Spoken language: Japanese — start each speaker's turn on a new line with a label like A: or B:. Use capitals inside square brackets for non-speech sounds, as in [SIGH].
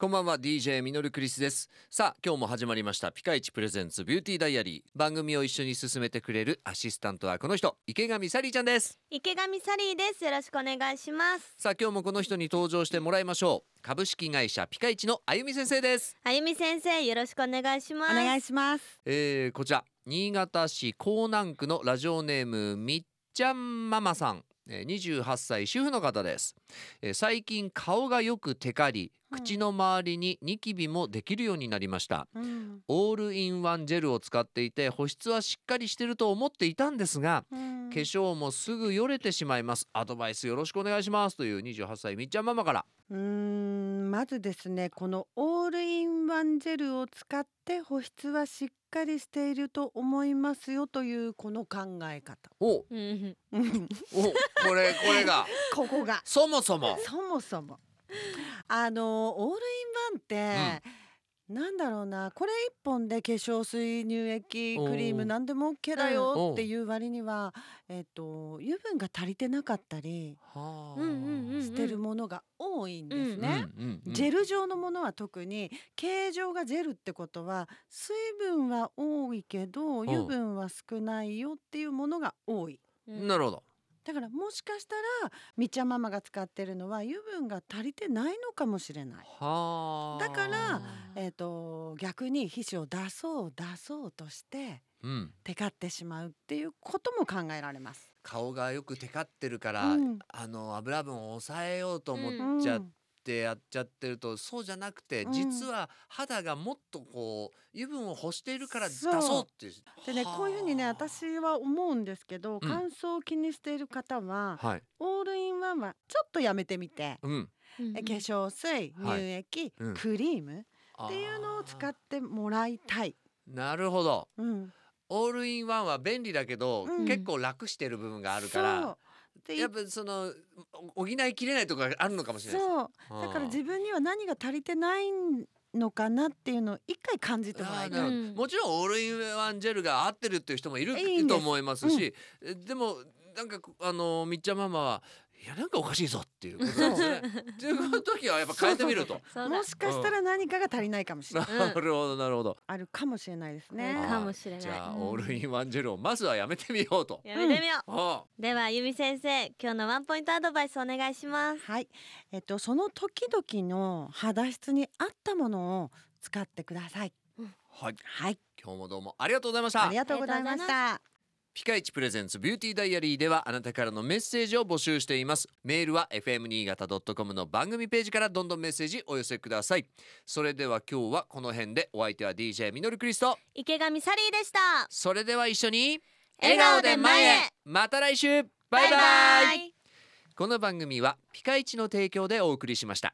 A: こんばんは DJ ミノルクリスですさあ今日も始まりましたピカイチプレゼンツビューティーダイアリー番組を一緒に進めてくれるアシスタントはこの人池上サリーちゃんです
B: 池上サリーですよろしくお願いします
A: さあ今日もこの人に登場してもらいましょう株式会社ピカイチのあゆみ先生です
B: あゆみ先生よろしくお願いします
C: お願いします
A: えー、こちら新潟市江南区のラジオネームみっちゃんママさんえー28歳主婦の方です、えー最近顔がよくテカり
C: うん
A: 口の周りにニキビもできるようになりました、
C: うん
A: オールインワンジェルを使っていて保湿はしっかりしてると思っていたんですが
C: うん
A: 化粧もすぐよれてしまいますアドバイスよろしくお願いしますという28歳みっちゃんママから
C: うーんまずですねこのオールインワンジェルを使って保湿はしっかりしていると思いますよというこの考え方
A: おお
B: うん
C: うん
A: これこれが
C: ここが
A: そもそも
C: [LAUGHS] そもそもあのオールインワンって、なんだろうなこれ一本で化粧水乳液クリー
A: おー
C: ム何でも OK だ
A: うんお
C: よ
A: う
C: っていう割には、えっと油分が足りてなかったり
A: は
B: うんうんうん
C: 捨てるものが多いんですね。
A: うんうんうん
C: ジェル状のものは特に形状がジェルってことは水分は多いけど
A: ん
C: 油分は少ないよっていうものが多い。
B: うん
A: なるほど
C: だからもしかしたらみっちゃんママが使ってるのは油分が足りてないのかもしれない。
A: はあ
C: だから
B: え
C: えー、と逆に皮脂を出そう出そうとして
A: うん
C: テカってしまうっていうことも考えられます。
A: 顔がよくテカってるから、
C: うん
A: あの油分を抑えようと思っ
B: うん
A: じゃあ
C: うん
A: てやっちゃってるとそうじゃなくて、
C: うん
A: 実は肌がもっとこう油分を欲しているから出
C: そう
A: そうっていう
C: でね
A: はあ
C: こういうふうにね私は思うんですけど乾燥を気にしている方は、
A: はい
C: オールインワンはちょっとやめてみて。
A: うん
C: え化粧水乳
A: はい
C: 液、
A: うん
C: クリームっていうのを使
A: あー
C: ってもらいたい。
A: なるほど
C: うん、
A: オールインワンは便利だけど、
C: うん
A: 結構楽してる部分があるから
C: そうで
A: やっぱそのお補いきれないところがあるのかもしれないです
C: そう
A: あー
C: だから自分には何が足りてないのかなっていうのを一回感じてもらい
A: あー
C: た。
A: ないるほ
B: う
A: ど
B: ん
A: もちろんオールインワンジェルが合ってるっていう人もいる
C: いいんで
A: と
C: す
A: 思いますし、えでもなんかこあのみっちゃんママはいやなんかおかしいぞっていうことなんですね。っていう時はやっぱ変えてみると。
B: [LAUGHS] そうだ
C: もしかしたら何かが足りないかもしれ
A: な
C: ない、
B: ん
A: るほどなるほど。
C: あるかもしれないです
B: うん
C: ね。
B: かもしれない
A: じゃあ
B: うん
A: オールインワンジェルをまずはやめてみようと。
B: やめてみよう、
A: あ
B: ではあゆみ先生今日のワンポイントアドバイスお願いします
C: はい、えっとその時々の肌質に合ったものを使ってください。
A: あはい。
C: はい、
A: 今日もどうもありがとうございまし
C: あ
A: た
C: り。がとうございました。
A: ピカイチプレゼンツビューティーダイアリーではあなたからのメッセージを募集していますメールは fm 新潟 .com の番組ページからどんどんメッセージお寄せくださいそれでは今日はこの辺でお相手は DJ ミノルクリスト
B: 池上サリーでした
A: それでは一緒に
B: 笑顔で前へ
A: また来週バイバイ
B: イ
A: この番組はピカイチの提供でお送りしました